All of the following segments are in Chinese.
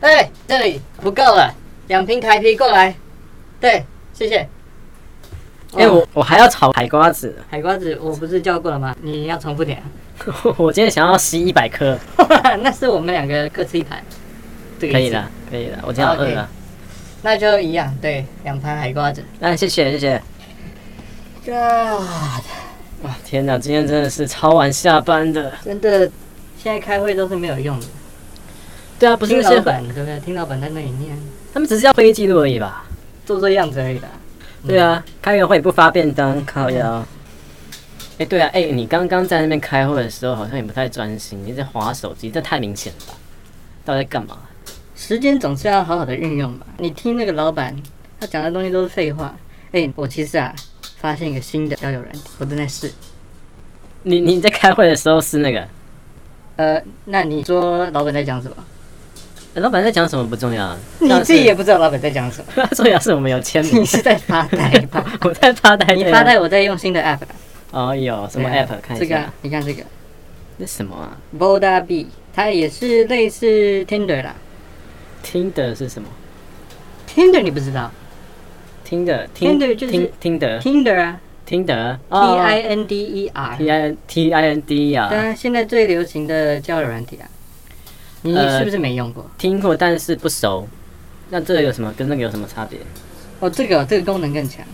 这哎里不够了，两瓶台啤过来。对，谢谢。哎、哦我我还要炒海瓜子， 海瓜子我不是叫过了吗？你要重复 点啊。我今天想要吸一百颗，那是我们两个各吃一盘。这个可意以思了，可以了，我今天好饿啊。那就一样，对，两盘海瓜子。哎、谢谢谢谢。 God，哇，天哪，今天真的是超晚下班的。真的，现在开会都是没有用的。对啊，不是听那老些，板对不对？听老板在那里念，他们只是要会议记录而已吧？做做样子而已啦。对啊，开个会不发便当，靠腰。哎、对啊，哎、你刚刚在那边开会的时候好像也不太专心，你在划手机，这太明显了吧？到底在干嘛？时间总是要好好的运用吧。你听那个老板，他讲的东西都是废话。哎，我其实啊，发现一个新的交友软体，我正在试。你你在开会的时候是那个、呃，那你说老板在讲什么？呃老板在讲什么不重要啊，你但自是己 也不知道老板在讲什么，重要是我们有签 名你。是在发呆 吧？ 我在发呆，你对啊发呆，我在用新的 app 啦。哦，有什么对啊 app 看这一个下啊？，你看这个这什么啊 Voda B，它也是类似 Tinder 啦。 ？Tinder 是什么 Tinder 你不知道？Tinder Tinder 就是 Tinder ？Tinder 啊 Tinder ，T I N D E R。哦 T I T I N D 当啊，然，现在最流行的交友软体啊，你呃是不是没用过？听过但是不熟。那这个有什么跟那个有什么差别？哦，这个这个功能更强。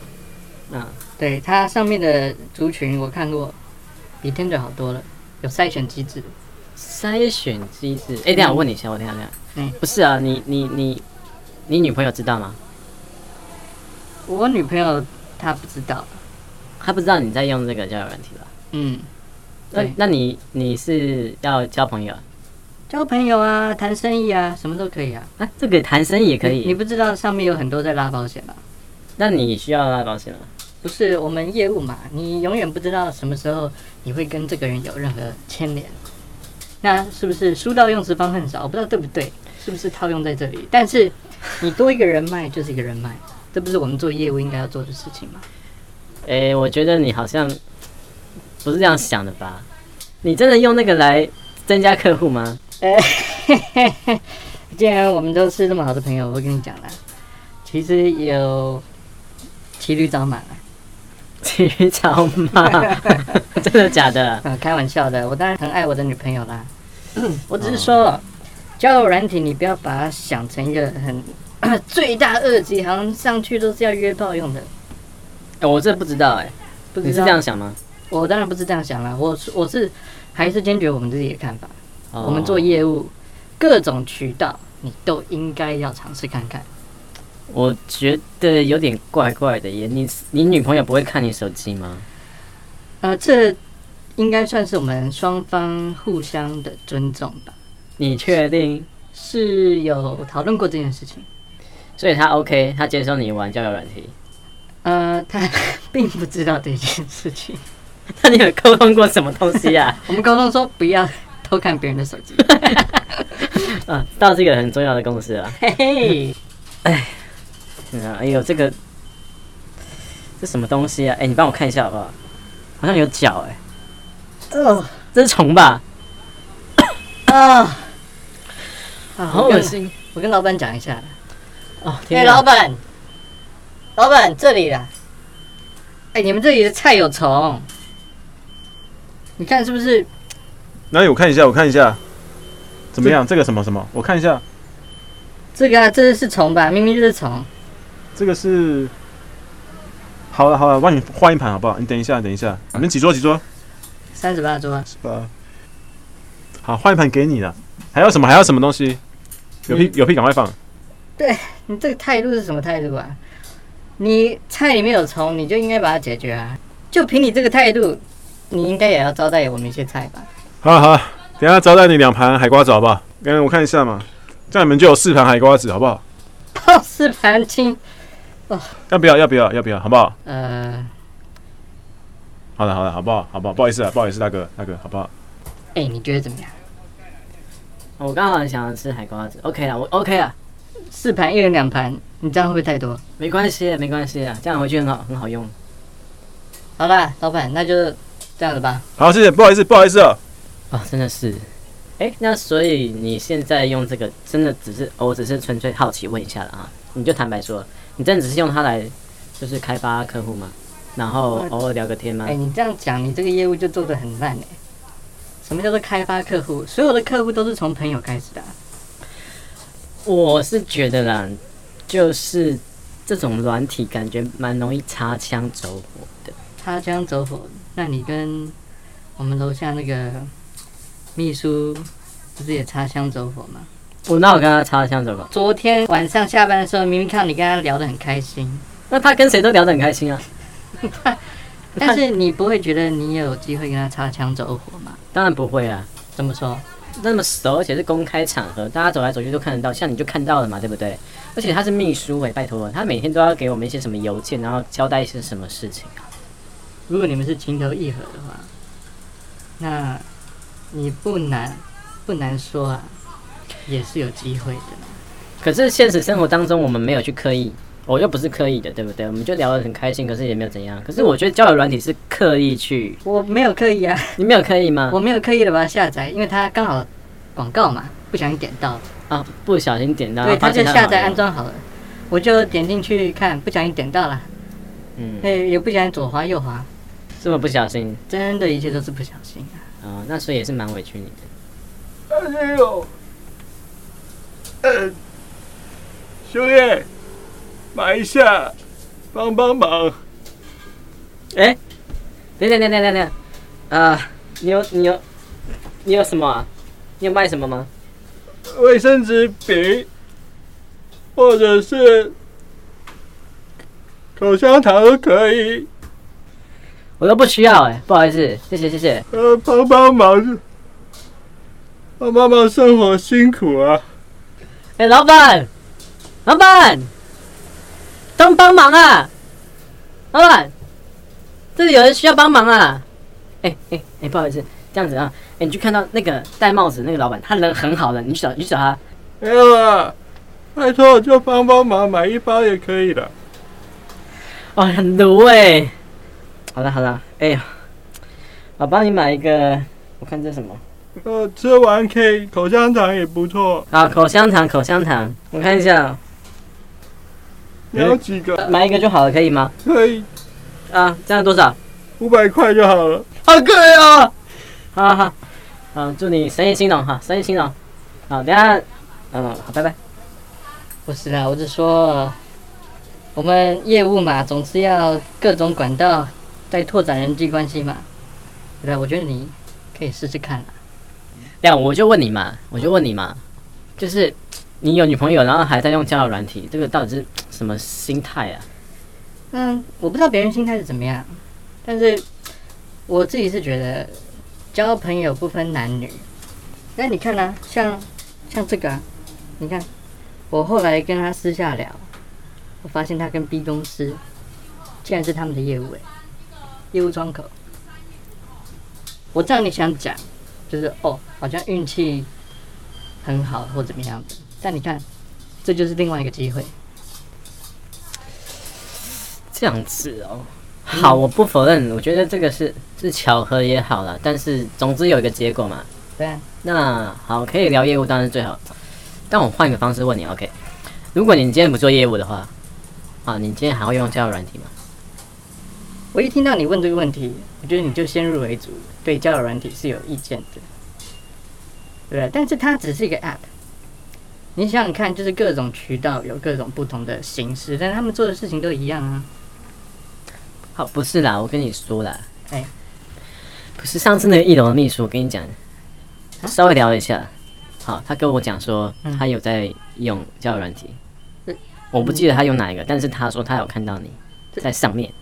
啊，对它上面的族群我看过，比 Tinder 好多了，有筛选机制。筛选机制？哎，等一下我问你一下，我等一下等一下。嗯不是啊，你你你你女朋友知道吗？我女朋友她不知道，她不知道你在用这个交友软体吧？嗯，那对那你你是要交朋友啊？交朋友啊，谈生意啊，什么都可以啊。啊这个谈生意也可你你以？不知道上面有很多在拉保险啊？那你需要拉保险吗？不是我们业务嘛，你永远不知道什么时候你会跟这个人有任何牵连。那是不是书到用时方恨少？我不知道对不对，是不是套用在这里？但是你多一个人脉就是一个人脉，这不是我们做业务应该要做的事情吗？ 诶，我觉得你好像不是这样想的吧？你真的用那个来增加客户吗？ 呃，嘿嘿嘿，既然我们都是这么好的朋友，我会跟你讲啦，其实有骑驴找马啊 啦，骑驴找马， 真的假的？啊，开玩笑的，我当然很爱我的女朋友啦。嗯我只是说，交友软体你不要把它想成一个很 罪大恶极，好像上去都是要约炮用的。诶我这不知道哎、不你知是道这样，想吗？我当然不是这样想啦，我是我是还是坚决我们自己的看法。哦我们做，业务，各种渠道你都应该要尝试看看。我觉得有点怪怪的耶。你你女朋友不会看你手机吗？呃，这应该算是我们双方互相的尊重吧。你确定？是有讨论过这件事情。所以她 OK，她接受你玩交友软体。 呃，他 并不知道这件事情。那你有沟通过什么东西啊？ 我们高中说不要偷看别人的手机。嗯，到这个很重要的公司啊了。嘿嘿，嗯啊，哎呦，这个这什么东西啊？哎、你帮我看一下好不好？好像有脚哎、哦这是虫吧？啊，呃好好恶恶心！心我跟老板讲一下。哦！天哎，哪老板，老板这里啦。哎，你们这里的菜有虫，你看是不是？来，我看一下，我看一下，怎么样？这个什么什么？我看一下，这个啊，这是虫吧？明明就是虫。这个是。好了好了，我帮你换一盘好不好？你等一下，等一下，你们几桌几桌？三十八桌，啊是吧？好，换一盘给你了。还有什么？还有什么东西？有屁有屁，赶快放！你这个态度是什么态度啊？你菜里面有虫，你就应该把它解决啊！就凭你这个态度，你应该也要招待我们一些菜吧？ 好好，等一下招待你两盘海瓜子好不好？嗯，我看一下嘛，这样你们就有四盘海瓜子好不好？暴食哦盘青，要不要？要不要？要不要？好不好？呃，好了好了，好不好？好不好？不好意思啊，不好意思，大哥大哥，好不好？哎、你觉得怎么样？哦我刚好想要吃海瓜子，OK 啊，我 OK 啊，四盘一人两盘，你这样会不会太多？没关系，没关系啊，这样回去很好，很好用。好啦，老板，那就这样子吧。好，谢谢，不好意思，不好意思啊。哦啊、真的是，哎，那所以你现在用这个，真的只是哦我只是纯粹好奇问一下了啊，你就坦白说，你真的只是用它来就是开发客户吗？然后我偶尔聊个天吗哎、？你这样讲，你这个业务就做得很烂哎、什么叫做开发客户？所有的客户都是从朋友开始的啊、我是觉得啦，就是这种软体感觉蛮容易擦枪走火的。擦枪走火，那你跟我们楼下那个秘书不是也擦枪走火吗？我那我跟他擦枪走火，昨天晚上下班的时候，明明看到你跟他聊得很开心，那他跟谁都聊得很开心啊。但是你不会觉得你也有机会跟他擦枪走火吗？当然不会啊，怎么说？那么熟，而且是公开场合，大家走来走去都看得到，像你就看到了嘛，对不对？而且他是秘书哎、拜托，他每天都要给我们一些什么邮件，然后交代一些什么事情啊？如果你们是情投意合的话，那你不难不难说啊，也是有机会的。可是现实生活当中，我们没有去刻意，我又不是刻意的，对不对？我们就聊得很开心，可是也没有怎样。可是我觉得交友软体是刻意去，我没有刻意啊，你没有刻意吗？我没有刻意的把它下载，因为它刚好广告嘛，不小心点到，啊，不小心点到，对，它发就现下好载用安，装好了，我就点进去看，不小心点到了，嗯，哎，也不小心左滑右滑，这么不小心真的一切都是不小心啊。啊、哦那所以也是蛮委屈你的。哎呦，呃，兄弟，买一下，帮帮忙。哎、等等等等等等，啊，你有你有你有什么、啊？你有卖什么吗？卫生纸饼，或者是口香糖都可以。我都不需要哎、不好意思，谢谢谢谢。呃，帮帮忙，帮帮忙，生活辛苦啊！哎、老板，老板，帮帮忙啊！老板，这里有人需要帮忙啊！哎哎哎，不好意思，这样子啊，哎、你去看到那个戴帽子那个老板，他人很好的，你去找你去找他。没有啊，拜托，就帮帮忙，买一包也可以的。哦，很毒哎、好了好了，哎、呀，我帮你买一个，我看这什么？呃，吃完可以，口香糖也不错。好，口香糖，口香糖，我看一下，哦你要几个？买一个就好了，可以吗？可以，啊，这样多少？五百块就好了。好贵哦！好好好，嗯，祝你生意兴隆哈，生意兴隆。好，等一下，嗯，好，拜拜。不是啦，我是说，我们业务嘛，总是要各种管道在拓展人际关系嘛。对啊吧，我觉得你可以试试看啦。这样我就问你嘛，我就问你嘛，就是你有女朋友，然后还在用交友软体，这个到底是什么心态啊？嗯，我不知道别人心态是怎么样，但是我自己是觉得交朋友不分男女。那你看啊，像像这个、啊，你看我后来跟他私下聊，我发现他跟 B 公司竟然是他们的业务诶、业务窗口。我知道你想讲，就是哦，好像运气很好或怎么样的，但你看，这就是另外一个机会。这样子哦。嗯好，我不否认，我觉得这个是是巧合也好啦，但是总之有一个结果嘛。对啊，那好，可以聊业务当然是最好，但我换一个方式问你，OK？如果你今天不做业务的话，啊，你今天还会用交友软体吗？我一听到你问这个问题，我觉得你就先入为主，对交友软体是有意见的，对不对？但是它只是一个 app，你想想看，就是各种渠道有各种不同的形式，但他们做的事情都一样啊。好，不是啦，我跟你说啦，哎不是上次那个一楼的秘书，我跟你讲，稍微聊了一下，好，他跟我讲说啊嗯他有在用交友软体嗯，我不记得他用哪一个，但是他说他有看到你在上面，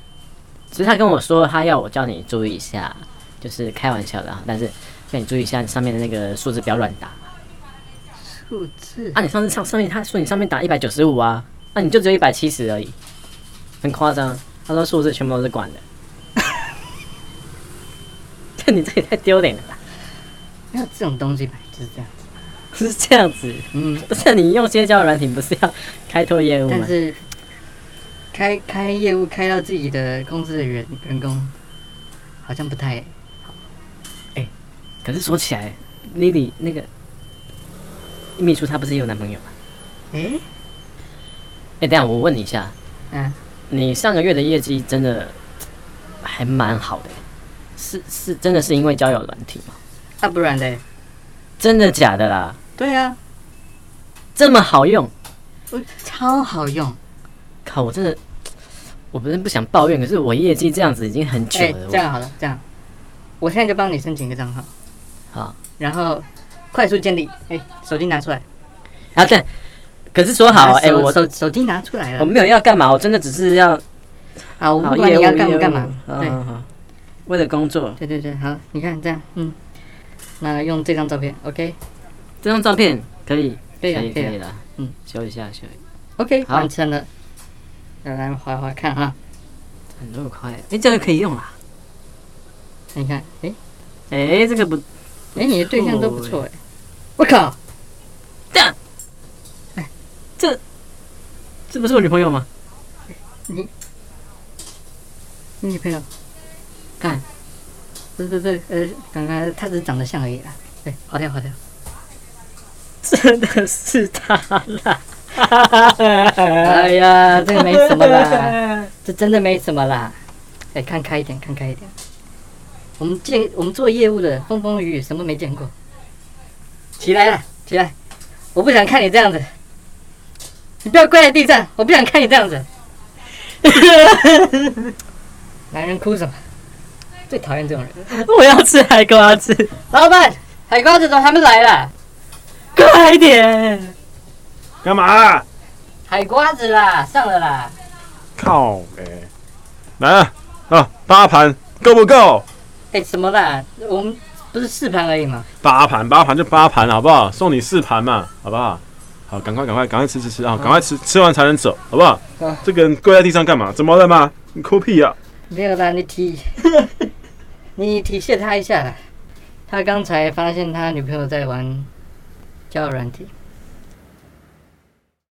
只是他跟我说他要我叫你注意一下，就是开玩笑的啊，但是叫你注意一下上面的那个数字不要乱打数字啊，你上次上上面他说你上面打一百九十五啊，那、你就只有一百七十而已，很夸张，他说数字全部都是管的， 这你这也太丢脸了吧。没有这种东西吧，就是这样。是这样子，嗯，不是啊你用些交友软体不是要开拓业务吗但？是开开业务开到自己的公司的员员工，好像不太可是说起来， Lily 那个秘书她不是也有男朋友吗？诶，哎、等一下我问你一下，嗯，你上个月的业绩真的还蛮好的、是是真的是因为交友软体吗？啊，不然嘞？真的假的啦？对啊，这么好用？我超好用。靠，我真的，我不是不想抱怨，可是我业绩这样子已经很久哎、了。我这样好了，这样，我现在就帮你申请一个账号，好，然后快速建立。哎、手机拿出来，啊，对，可是说好，啊哎、手我手手机拿出来了。我没有要干嘛，我真的只是要好，我好不管你业务要干不业务嗯干嘛，好对好好为了工作，对对对，好，你看这样，嗯，那用这张照片，OK，这张照片可以，可以可了，以，可可以以了了，嗯嗯，修一下，修一下， ，OK，好完成了。来划划看啊，很多块，哎、这个可以用啦，你看，哎、哎、这个不，哎、你的对象都不不错错哎、我靠，但，哎，这，这不是我女朋友吗？ 你女朋友，干，不是不是不是，呃，刚刚她只是长得像而已啦。对，划掉划掉。真的是她啦，哎 呀，这个没什么啦。这真的没什么啦。哎，看开一点，看开一点。我们见我们做业务的风风雨雨什么没见过。起来了，起来！我不想看你这样子，你不要跪在地上，我不想看你这样子。男人哭什么？最讨厌这种人。我要吃海瓜子，老板，海瓜子怎么还没来啦？快点！干嘛啊、海瓜子啦，上了啦。靠哎、来啊啊，八盘够不够？哎，什么啦？我们不是试盘而已吗？八盘八盘就八盘好不好？送你四盘嘛，好不好？好，赶快赶快赶快吃吃吃啊！赶快吃，吃完才能走，好不好啊？这个人跪在地上干嘛？怎么了吗？你哭屁啊呀、没有啦，你体， 你体恤他一下啦。他刚才发现他女朋友在玩交友软体，